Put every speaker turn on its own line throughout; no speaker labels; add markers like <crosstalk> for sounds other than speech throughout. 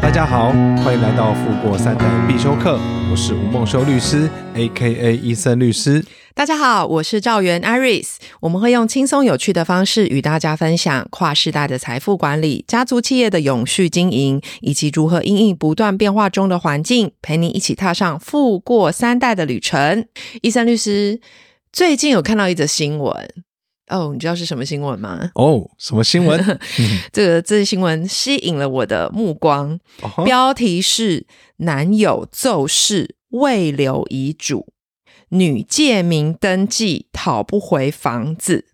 大家好，欢迎来到富过三代必修课，我是吴梦修律师 （A.K.A. 医生律师
大家好，我是赵源 Iris，我们会用轻松有趣的方式与大家分享跨世代的财富管理、家族企业的永续经营，以及如何因应不断变化中的环境，陪你一起踏上富过三代的旅程。医生律师，最近有看到一则新闻哦，你知道是什么新闻吗？）。
哦，什么新
<laughs>
闻？
这个这新闻吸引了我的目光，
哦吼
标题是“男友奏事未留遗嘱，女借名登记讨不回房子”。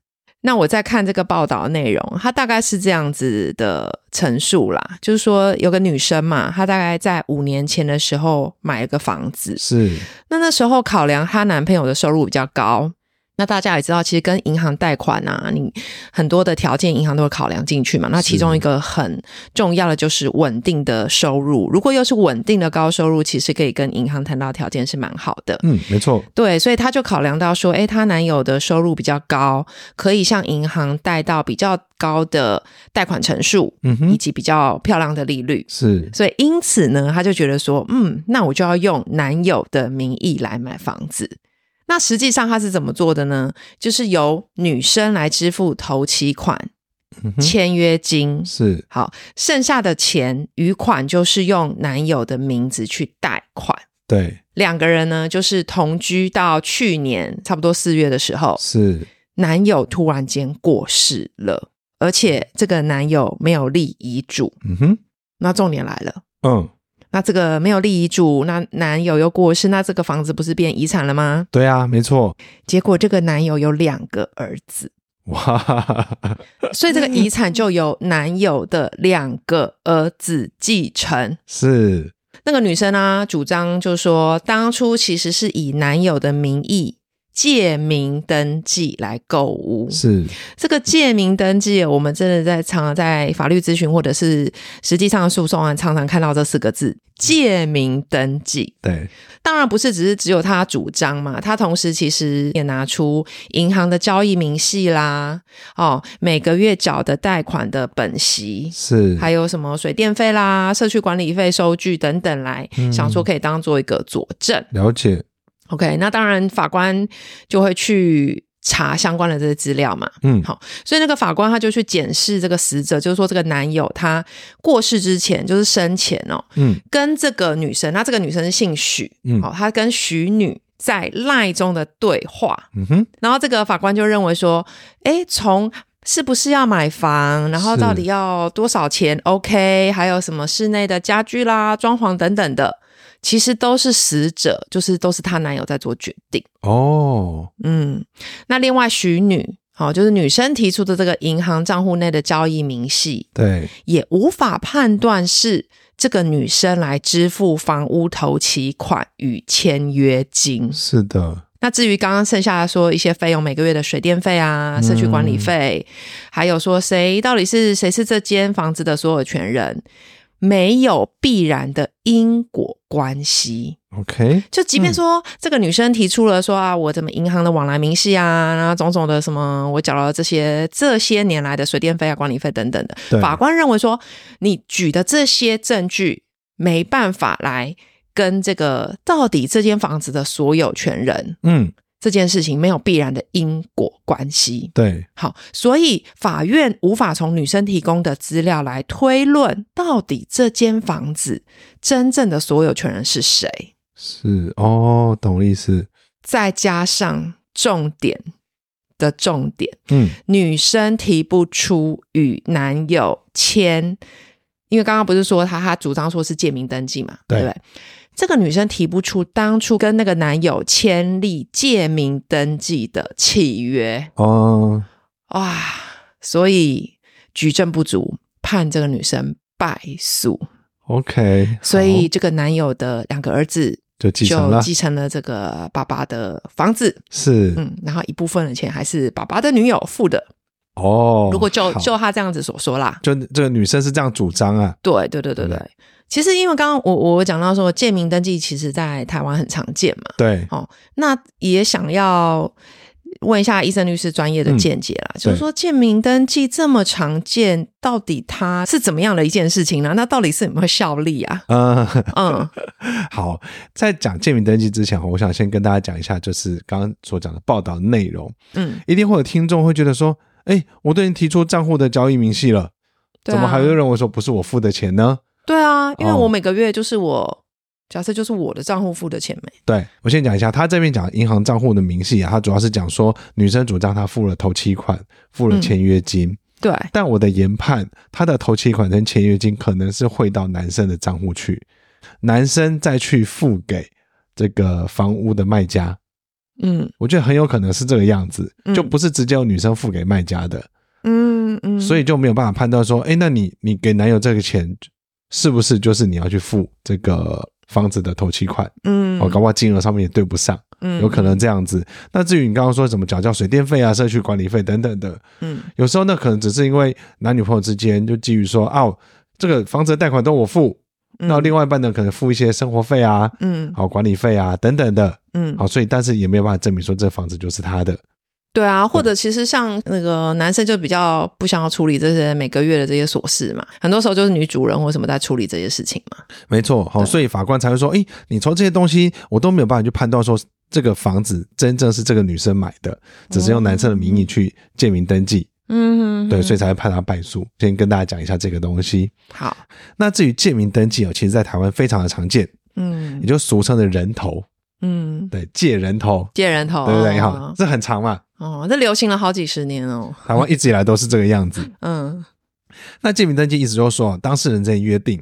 那我在看这个报道的内容，它大概是这样子的陈述啦，就是说有个女生嘛，她大概在五年前的时候买了个房子，
是
那那时候考量她男朋友的收入比较高，那大家也知道，其实跟银行贷款啊，你很多的条件银行都会考量进去嘛。那其中一个很重要的就是稳定的收入，如果又是稳定的高收入，其实可以跟银行谈到条件是蛮好的。
嗯，没错，
对，所以她就考量到说，诶，她男友的收入比较高，可以向银行贷到比较高的贷款成数，
嗯
以
哼，
及比较漂亮的利率。
是
所以因此呢，她就觉得说，嗯，那我就要用男友的名义来买房子。那实际上她是怎么做的呢？就是由女生来支付头期款、
嗯哼
签约金，
是
好，剩下的钱余款就是用男友的名字去贷款。
对，
两个人呢，就是同居到去年差不多四月的时候，
是
男友突然间过世了，而且这个男友没有立遗嘱。
嗯哼，
那重点来了。
嗯，
那这个没有立遗嘱，那男友又过世，那这个房子不是变遗产了吗？
对啊，没错，
结果这个男友有两个儿子， <laughs>
哇， <laughs>
所以这个遗产就由男友的两个儿子继承。
是
那个女生啊，主张就说，当初其实是以男友的名义借名登记来购物，
是，
这个借名登记，我们真的在常常在法律咨询或者是实际上的诉讼案常常看到这四个字“借名登记”。
对，
当然不是只是只有他主张嘛，他同时其实也拿出银行的交易明细啦，哦，每个月缴的贷款的本息，
是，
还有什么水电费啦、社区管理费收据等等来，
嗯
想说可以当做一个佐证。
了解，
OK，那当然法官就会去查相关的这些资料嘛。
嗯，
好所以那个法官他就去检视这个死者，就是说这个男友他过世之前，就是生前哦，
嗯，
跟这个女生，那这个女生是姓许，
嗯
好、她跟许女在赖中的对话，
嗯哼，
然后这个法官就认为说，诶，从是不是要买房，然后
是
到底要多少钱？OK，还有什么室内的家居啦、装潢等等的，其实都是死者，就是都是她男友在做决定。
哦，
嗯，那另外许女，好、就是女生提出的这个银行账户内的交易明细，
对，
也无法判断是这个女生来支付房屋头期款与签约金。
是的，
那至于刚刚剩下的说一些费用，每个月的水电费啊、社区管理费，还有说谁到底是谁是这间房子的所有权人，没有必然的因果关系。
OK，
就即便说、这个女生提出了说啊，我怎么银行的往来明细啊，然后种种的什么，我缴了这些这些年来的水电费啊、管理费等等的，
对，
法官认为说，你举的这些证据没办法来跟这个到底这间房子的所有权人
嗯，
这件事情没有必然的因果关系。
对，
好，所以法院无法从女生提供的资料来推论到底这间房子真正的所有权人是谁。
是哦，懂意思。
再加上重点的重点，
嗯，
女生提不出与男友签，因为刚刚不是说她她主张说是借名登记嘛，
对
对不对？这个女生提不出当初跟那个男友签立借名登记的契约，
哦，
哇！所以举证不足，判这个女生败诉，
OK，
所以
好
这个男友的两个儿子
就继承
就
了，
继承了这个爸爸的房子，
是、
嗯，然后一部分的钱还是爸爸的女友付的。
哦。
如果就
好
就他这样子所说啦，
就这个女生是这样主张啊，
对对对对
对
对。其实因为刚刚我我讲到说，借名登记其实在台湾很常见嘛，
对，
哦，那也想要问一下医生律师专业
嗯
的见解啦，就是说建民登记这么常见，到底它是怎么样的一件事情呢、那到底是有没有效力啊？
嗯， <laughs>
嗯，
好，在讲建民登记之前，哦我想先跟大家讲一下，就是刚刚所讲的报道内容，
嗯，
一定会有听众会觉得说，哎、我都已经提出账户的交易明细了，
对
怎么
啊
还，会认为说不是我付的钱呢？
对啊，因为
哦
我每个月就是我、假设就是我的账户付的钱没，
对我先讲一下，他这边讲银行账户的明细啊，他主要是讲说女生主张她付了头期款，付
嗯
了签约金，
对，
但我的研判，她的头期款跟签约金可能是汇到男生的账户去，男生再去付给这个房屋的卖家。
嗯
我觉得很有可能是这个样子，
嗯
就不是直接由女生付给卖家的，
嗯嗯，
所
以
以就没有办法判断说，哎，那你你给男友这个钱，是不是就是你要去付这个房子的头期款？
嗯，
哦，搞不好金额上面也对不上，
嗯
有可能这样子。那至于你刚刚说什么缴交水电费啊、社区管理费等等的，
嗯
有时候那可能只是因为男女朋友之间就基于说，哦，这个房子的贷款都我付，
嗯
那另外一半呢可能付一些生活费啊、
嗯
好、管理费啊等等的，
嗯
好，所以但是也没有办法证明说这房子就是他的。
对啊，或者其实像那个男生就比较不想要处理这些每个月的这些琐事嘛，很多时候就是女主人或什么在处理这些事情嘛。
没错，好，
对
所以法官才会说，诶，你从这些东西，我都没有办法去判断说这个房子真正是这个女生买的，只是用男生的名义去建名登记，
哦嗯，
对，所以才会判他败诉。先跟大家讲一下这个东西。
好，
那至于建名登记哦，其实在台湾非常的常见，也
嗯
就俗称的人头，
嗯，
对，借人头，
借人头，
对不对？好
哦，，
这很长嘛，
哦，这流行了好几十年哦，
台湾一直以来都是这个样子。
嗯
那建名登记意思就是说，当事人之间约定，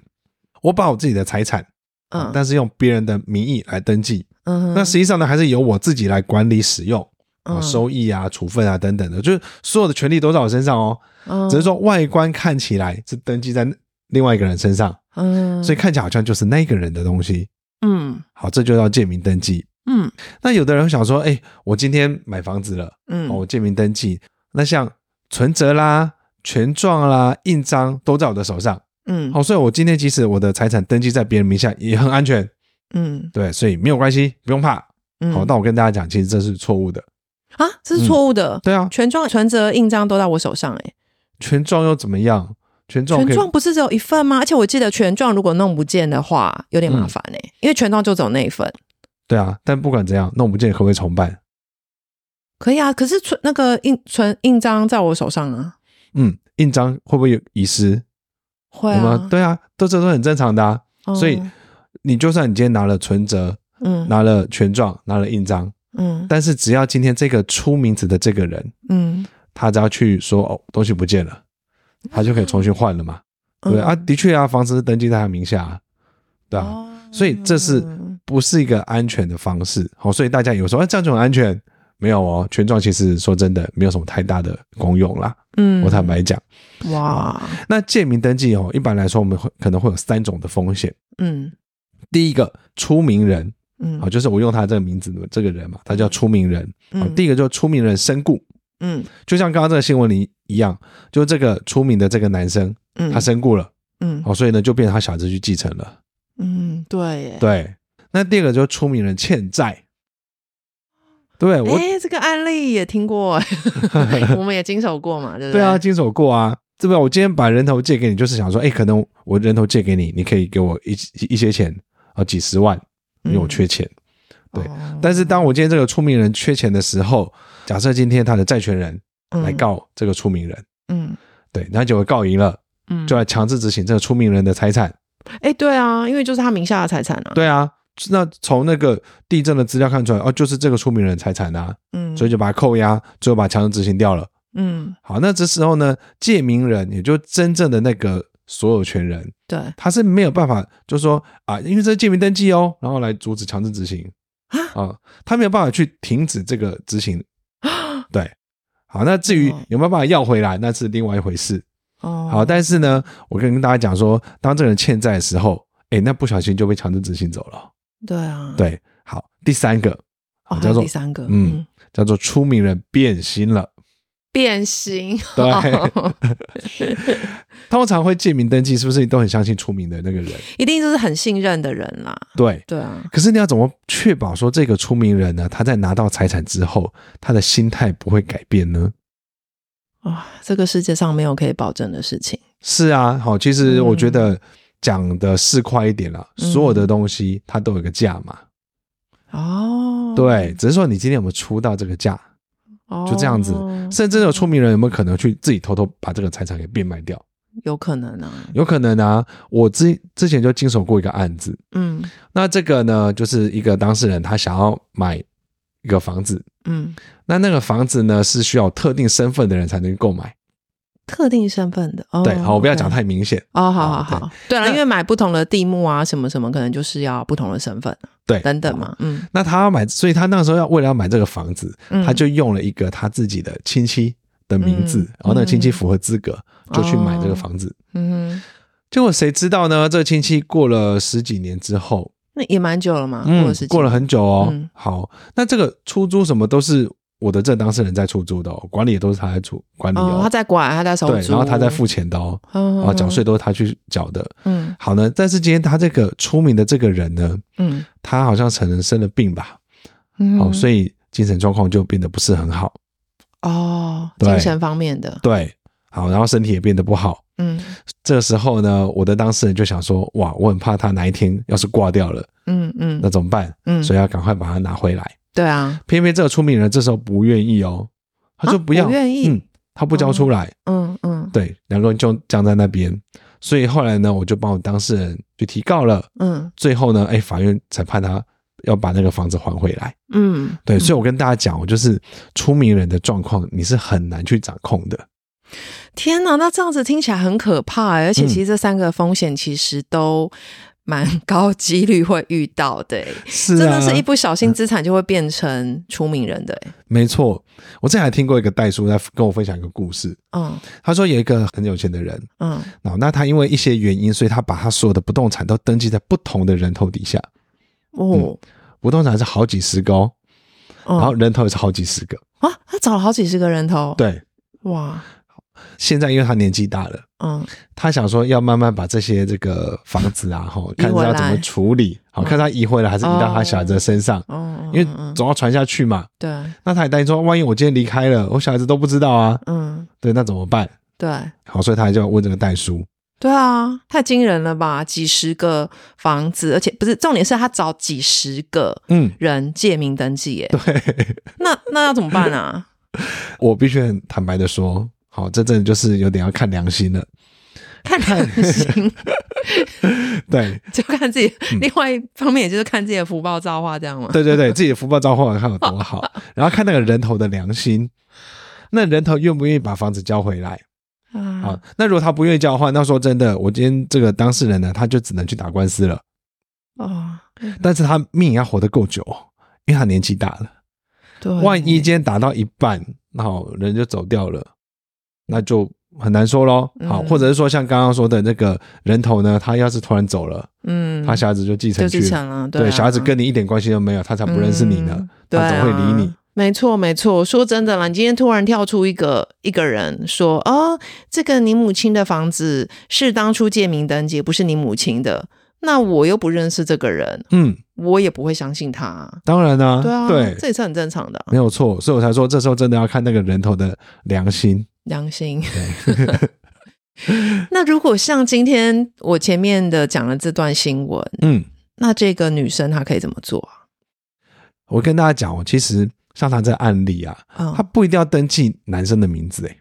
我把我自己的财产，
嗯，
但是用别人的名义来登记，
嗯
那实际上呢，还是由我自己来管理使用。啊，
嗯
收益啊、处分啊等等的，就是所有的权利都在我身上哦。
嗯
只是，说外观看起来是登记在另外一个人身上，
嗯，
所以
以，
看起来好像就是那个人的东西。
嗯
好，这就叫借名登记。
嗯
那有的人会想说，哎，我今天买房子了，
嗯，
哦，我借名登记，那像存折啦、权状啦、印章都在我的手上。
嗯
好、所以我今天即使我的财产登记在别人名下，也很安全。
嗯
对，所以没有关系，不用怕。哦
嗯，
好，那我跟大家讲，其实这是错误的。
啊，这是错误的，
对啊，
权状、存折、印章都在我手上，哎，
权状又怎么样？权状
权
可以
状不是只有一份吗？而且我记得权状如果弄不见的话，有点
嗯
麻烦哎、因为权状就走那一份。
对啊，但不管怎样，弄不见可不可以重办？
可以啊，可是存那个印存印章在我手上啊，
嗯，印章会不会有遗失？
会
有没有
啊，
对啊，都这都很正常的啊。
哦
所以你就算你今天拿了存折、
嗯
拿了权状、拿了印章，
嗯
但是只要今天这个出名字的这个人，
嗯，
他只要去说哦东西不见了，他就可以重新换了嘛。对不对
嗯
啊，，的确啊，房子是登记在他名下、啊，对啊。
哦
所以这是不是一个安全的方式？好，所以大家有时候、啊、这样就很安全，没有哦。权状其实说真的没有什么太大的功用啦，
嗯
我坦白讲。
哇，
那借名登记哦，一般来说我们会可能会有三种的风险。
嗯
第一个，出名人，
嗯，
好，就是我用他这个名字的这个人嘛，他叫出名人。好，
嗯
第一个就是出名人身故，
嗯
就像刚刚这个新闻里一样，就这个出名的这个男生
嗯，
他身故了，哦
嗯
好，所以呢就变成他小侄去继承了。
嗯对耶，
对，那第二个就是出名人欠债。对我
哎，这个案例也听
<laughs>
过，我们也经手过嘛，对不
对啊，
对
经手过啊，对吧？我今天把人头借给你，就是想说，哎，可能我人头借给你，你可以给我一一些钱啊，几十万，因
嗯
为我缺钱。对
哦
但是当我今天这个出名人缺钱的时候，假设今天他的债权人来，告这个出名人，
嗯
对，然后结果告赢了，
嗯，
就来强制执行这个出名人的财产。
哎，对啊，因为就是他名下的财产啊，
对啊，那从那个地震的资料看出来，哦，就是这个出名人的财产啊，
嗯，
所以就把他扣押，最后把他强制执行掉了。
嗯，
好，那这时候呢，借名人也就真正的那个所有权人，
对
他是没有办法，就说啊，因为这是借名登记哦，然后来阻止强制执行
啊
啊，他没有办法去停止这个执行。对，好，那至于
啊哦
有没有办法要回来，那是另外一回事。
哦，
好，但是呢，我跟大家讲说，当这个人欠债的时候，哎，那不小心就被强制执行走了。
对啊，
对，好，第三个
哦，还
叫
有
做
第三个，嗯
嗯，叫做出名人变心了。
变形，
对，
哦
<laughs> 通常会借名登记，是不是你都很相信出名的那个人？ <laughs>
一定就是很信任的人啦。
对。
对啊，
可是你要怎么确保说这个出名人呢？他在拿到财产之后，他的心态不会改变呢？
啊，这个世界上没有可以保证的事情。
是啊，好，其实
嗯
我觉得讲的市侩一点啦，
嗯
所有的东西它都有个价嘛，
哦，
对，，只是说你今天有没有出到这个价，
哦、
就这样子。甚至有出名人有没有可能去自己偷偷把这个财产给变卖掉？
有可能啊。
有可能啊，我之之前就经手过一个案子，
嗯
那这个呢，就是一个当事人他想要买一个房子，
嗯，
那那个房子呢是需要特定身份的人才能购买。
特定身份的。哦、
对，好，我不要讲
OK
太明显。
哦，好好
好
好，对了，
那
因为买不同的地目啊，什么什么，可能就是要不同的身份啊，
对
等等嘛，嗯
那他要买，所以他那时候要为了要买这个房子，
嗯，
他就用了一个他自己的亲戚的名字，
嗯
然后那个亲戚符合资格，就去买这个房子。
嗯哼，
结果谁知道呢？这个亲戚过了十几年之后，
那也蛮久了嘛，啊过
嗯
了时，
过了很久哦。
嗯
好，那这个出租什么都是我的这当事人在出租的哦，管理也都是他在出管理
哦，他在管，他在收
对，
租，
然后他在付钱的哦，
嗯，
然
然
后缴税，都是他去缴的。
嗯
好呢，但是今天他这个出名的这个人呢，
嗯
他好像可能生了病吧，
嗯，
哦，所
以
以精神状况就变得不是很好，
哦，
对
精神方面的，
对，好，然后身体也变得不好。
嗯
这时候呢，我的当事人就想说，哇，我很怕他哪一天要是挂掉了，
嗯嗯
那怎么办？
嗯，
所以要赶快把他拿回来。
对啊，
偏偏这个出名人这时候不愿意哦，他说
啊
不要，
不愿意
嗯，他不交出来，
嗯嗯
对，两个人就僵在那边。所以后来呢，我就帮我当事人去提告了，
嗯
最后呢，哎，法院才判他要把那个房子还回来。
嗯，
对，所以我跟大家讲，我就是出名人的状况，你是很难去掌控的。
天哪，那这样子听起来很可怕欸，而且
嗯
其实这三个风险其实都蛮高几率会遇到的欸。
是
真
啊，
的是一不小心资产就会变成出名人的、欸，
没错。我之前还听过一个代书在跟我分享一个故事，
嗯
他说有一个很有钱的人，
嗯，
那那他因为一些原因，所以他把他所有的不动产都登记在不同的人头底下，
哦，
不动产是好几十个哦，
嗯
然后人头也是嗯好几十个。
啊，他找了好几十个人头，，
对，
哇，
现在因为他年纪大了。
嗯
他想说要慢慢把这些这个房子啊，哈，
移
看是
回来
要怎么处理，好
嗯
看他移回来还是移到他小孩子的身上，
哦，
因
嗯
为
嗯
总要传下去嘛。
对，
那他也担心说，万一我今天离开了，我小孩子都不知道啊，
嗯
对，那怎么办？
对。
好，所以他就要问这个代书，
对啊，太惊人了吧！几十个房子，而且不是重点是他找几十个
嗯，
人借名登记耶。对， <laughs> 那那要怎么办
<laughs>
啊？
我必须很坦白的说，好，这真的就是有点要看良心了， <laughs>
看良心，
对，
就看自己。另外一方面，也就是看自己的福报造化，这样吗？
嗯对对对，自己的福报造化看有多好，然后看那个人头的良心，那人头愿不愿意把房子交回来？好
啊，，
那如果他不愿意交的话，那说真的，我今天这个当事人呢，他就只能去打官司了。
哦，
但是他命也要活得够久，因为他年纪大了，
对，
万一今天打到一半，那好人就走掉了，那就很难说喽。好，
嗯
或者是说像刚刚说的那个人头呢，他要是突然走了，
嗯，
他小孩子就继承
就
去
继
了，
承了，
对
啊
小孩子跟你一点关系都没有，他才不认识你呢，
嗯
他怎么会理？
对
你
啊？没错，没错。说真的啦，你今天突然跳出一个一个人说：“哦，这个你母亲的房子是当初借名登记，不是你母亲的。”那我又不认识这个人，
嗯，
我也不会相信他啊。
当然啦、
对啊，
对，
这也是很正常的啊、
没有错，所以我才说这时候真的要看那个人头的良心。
良心。 <laughs> 那如果像今天我前面的讲了这段新闻，
嗯，
那这个女生她可以怎么做啊？
我跟大家讲哦，其实像他这个案例啊，
嗯，
他不一定要登记男生的名字，诶，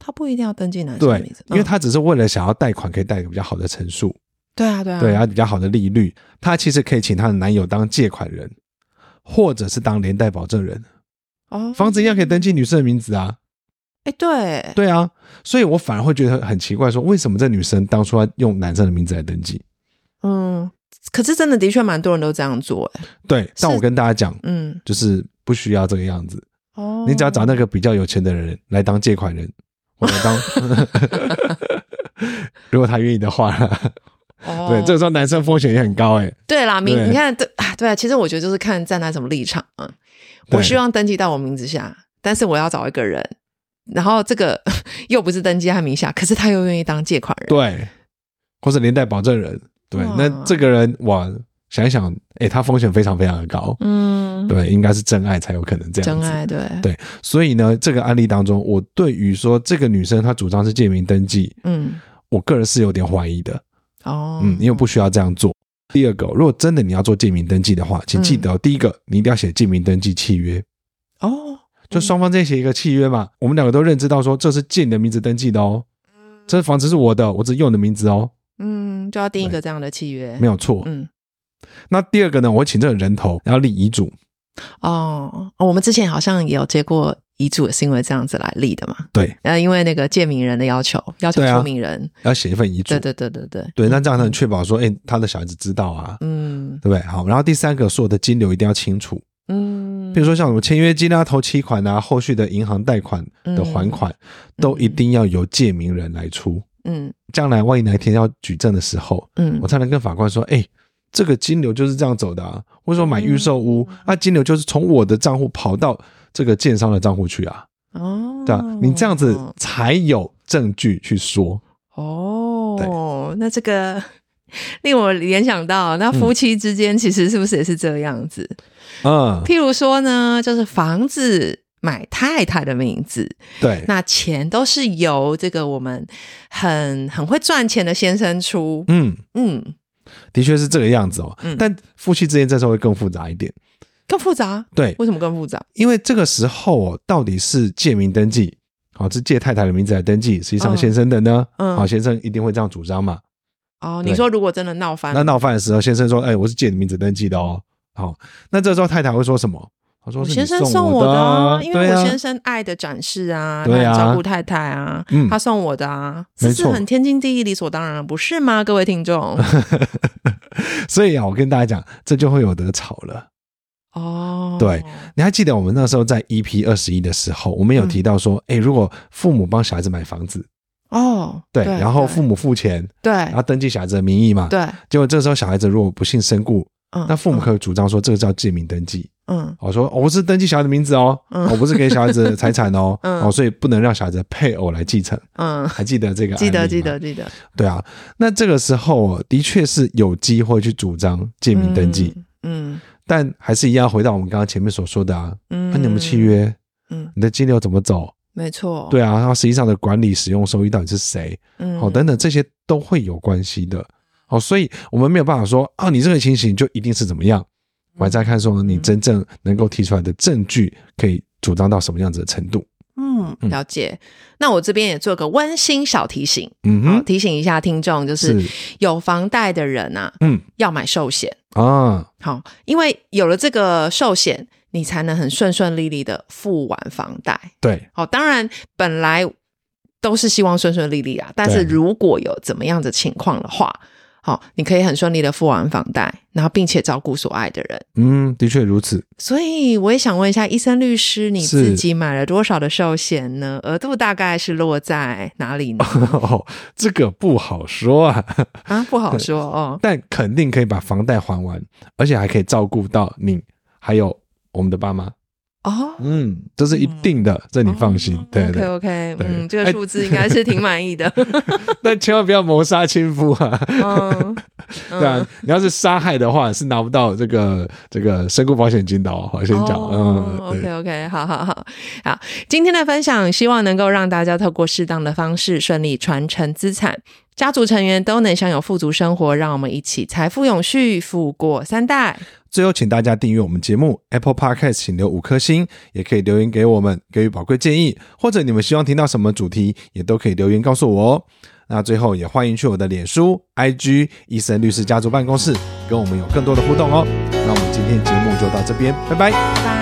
她不一定要登记男生的
对
名字，，
因为
嗯
他只是为了想要贷款可以贷个比较好的成数，
对啊，对啊，
对，还有比较好的利率，他其实可以请他的男友当借款人，或者是当连带保证人，
哦，
房子一样可以登记女生的名字啊，
哎、对，
对啊，所以我反而会觉得很奇怪，说为什么这女生当初要用男生的名字来登记？
嗯，可是真的的确蛮多人都这样做、哎，
对，但
是
我跟大家讲，
嗯，
就是不需要这个样子。
哦
你只要找那个比较有钱的人来当借款人，或者当，
<laughs>
如果他愿意的话啦。
哦
对，这个时候男生风险也很高哎、
对啦，明
对
你看，对啊，对啊，其实我觉得就是看站在什么立场啊。
对
我希望登记到我名字下，但是我要找一个人，然后这个 <laughs> 又不是登记他名下，可是他又愿意当借款人，
对，或者连带保证人，对
哇，
那这个人哇，想一想，诶，他风险非常非常的高，
嗯，
对，应该是真爱才有可能这样
真
子。
爱对
对所以呢，这个案例当中，我对于说这个女生她主张是借名登记，
嗯，
我个人是有点怀疑的，
哦，
嗯，因为不需要这样做。第二个，如果真的你要做借名登记的话，请记
嗯
得哦、第一个，你一定要写借名登记契约，
哦，
就双方再写一个契约嘛。我们两个都认知到说这是借你的名字登记的哦，这房子是我的，我只用你的名字哦，
嗯，就要定一个这样的契约，
没
有，
有错。
嗯，
那第二个呢，我会请这个人头，然后立遗嘱。
哦，哦我们之前好像也有接过遗嘱，是因为这样子来立的嘛，
对，
呃，因为那个借名人的要求，要求
对啊
出名人，
要写一份遗嘱。
对对对对对，
对那这样才能确保说，哎、他的小孩子知道啊，
嗯
对不对？好，然后第三个，所有的金流一定要清楚，
嗯，
比如说像什么签约金啊、头期款啊、后续的银行贷款的还款，都一定要由借名人来出。
嗯
将来万一哪一天要举证的时候，
嗯
我才能跟法官说，哎、这个金流就是这样走的啊，或者说买预售屋，
嗯
那、金流就是从我的账户跑到这个建商的账户去啊，
哦，
对吧、你这样子才有证据去说。
哦，那这个 <laughs> 令我联想到，那夫妻之间其实是不是也是这样子？
嗯，
譬如说呢，就是房子买太太的名字，
对，
那钱都是由这个我们很很会赚钱的先生出，
嗯，
嗯，
的确是这个样子哦。
嗯
但夫妻之间这时候会更复杂一点，
更复杂。
对，
为什么更复杂？
因为这个时候哦，到底是借名登记，好、是借太太的名字来登记，实际上
嗯
先生的呢，好、
嗯
先生一定会这样主张嘛。
哦，
对
你说如果真的闹翻
那，闹翻的时候，先生说：“哎，我是借你名字登记的哦。”好，那这时候太太会说什么？她说：“
我
是
先
你
生送
我
我的
啊
啊，因为
对
我
啊
先生爱的展示啊，
对啊
他很照顾太太啊，
嗯
他送我的啊，
没
这是
错
很天经地义、理所当然，不是吗？各位
<laughs>
听众，
所以啊，我跟大家讲，这就会有得吵了。
哦，
对，你还记得我们那时候在 EP 二十一的时候，我们有提到说，
嗯
哎、如果父母帮小孩子买房子，
哦，
对，然后
对
父母付钱，
对
然后登记小孩子的名义嘛，
对，
结果这时候小孩子如果不幸身故，
嗯
那父母可以主张说这个叫借名登记。
嗯
我、说、哦我是登记小孩的名字哦，
嗯
我不是给小孩子的财产哦，
<laughs> 嗯
哦，所以不能让小孩子的配偶来继承。
嗯，
<laughs> 还记得这个？
记得记得，记得
对啊。那这个时候哦的确是有机会去主张借名登记，，
嗯
但还是一样回到我们刚刚前面所说的啊，
嗯，
那、你们契，约，
嗯，
你的金流怎么走？
没错，，
对啊，然后实际上的管理、使用、收益到底是谁？
嗯，
哦，等等，这些都会有关系的。哦，所以我们没有办法说啊，你这个情形就一定是怎么样。
嗯
我还在看说你真正能够提出来的证据，可以主张到什么样子的程度。
嗯，
嗯
了解。那我这边也做个温馨小提醒，
嗯
好
哼，
提醒一下听众，就是
是，
有房贷的人啊，
嗯
要买寿险，
啊，
好，因为有了这个寿险，你才能很顺顺利利的付完房贷。
对，
好，当然本来都是希望顺顺利利啊，但是
对
如果有怎么样的情况的话，好，你可以很顺利的付完房贷，然后并且照顾所爱的人。
嗯，的确如此。
所以我也想问一下，医生律师，你
是
自己买了多少的寿险呢？额度大概是落在哪里
<laughs>
呢？
哦，这个不好说啊， <laughs>
啊，不好说哦。
但肯定可以把房贷还完，而且还可以照顾到你，还有我们的爸妈。
哦，
嗯，这是一定的，这你放心。对对
o k OK，
对
嗯，这个
哎
数字应该是挺满意的。
但千万不要谋杀亲夫啊！
<laughs> 嗯，
对啊，你要是杀害的话，是拿不到这个这个身故保险金的哦。我先讲，
哦、
嗯，
OK OK，好好好好，今天的分享希望能够让大家透过适当的方式顺利传承资产，家族成员都能享有富足生活，让我们一起财富永续，富过三代。
最后，请大家订阅我们节目 Apple Podcast，请留五颗星，也可以留言给我们，给予宝贵建议，或者你们希望听到什么主题，也都可以留言告诉我哦。那最后，也欢迎去我的脸书、IG 医生律师家族办公室，跟我们有更多的互动哦。那我们今天节目就到这边，拜拜。
拜。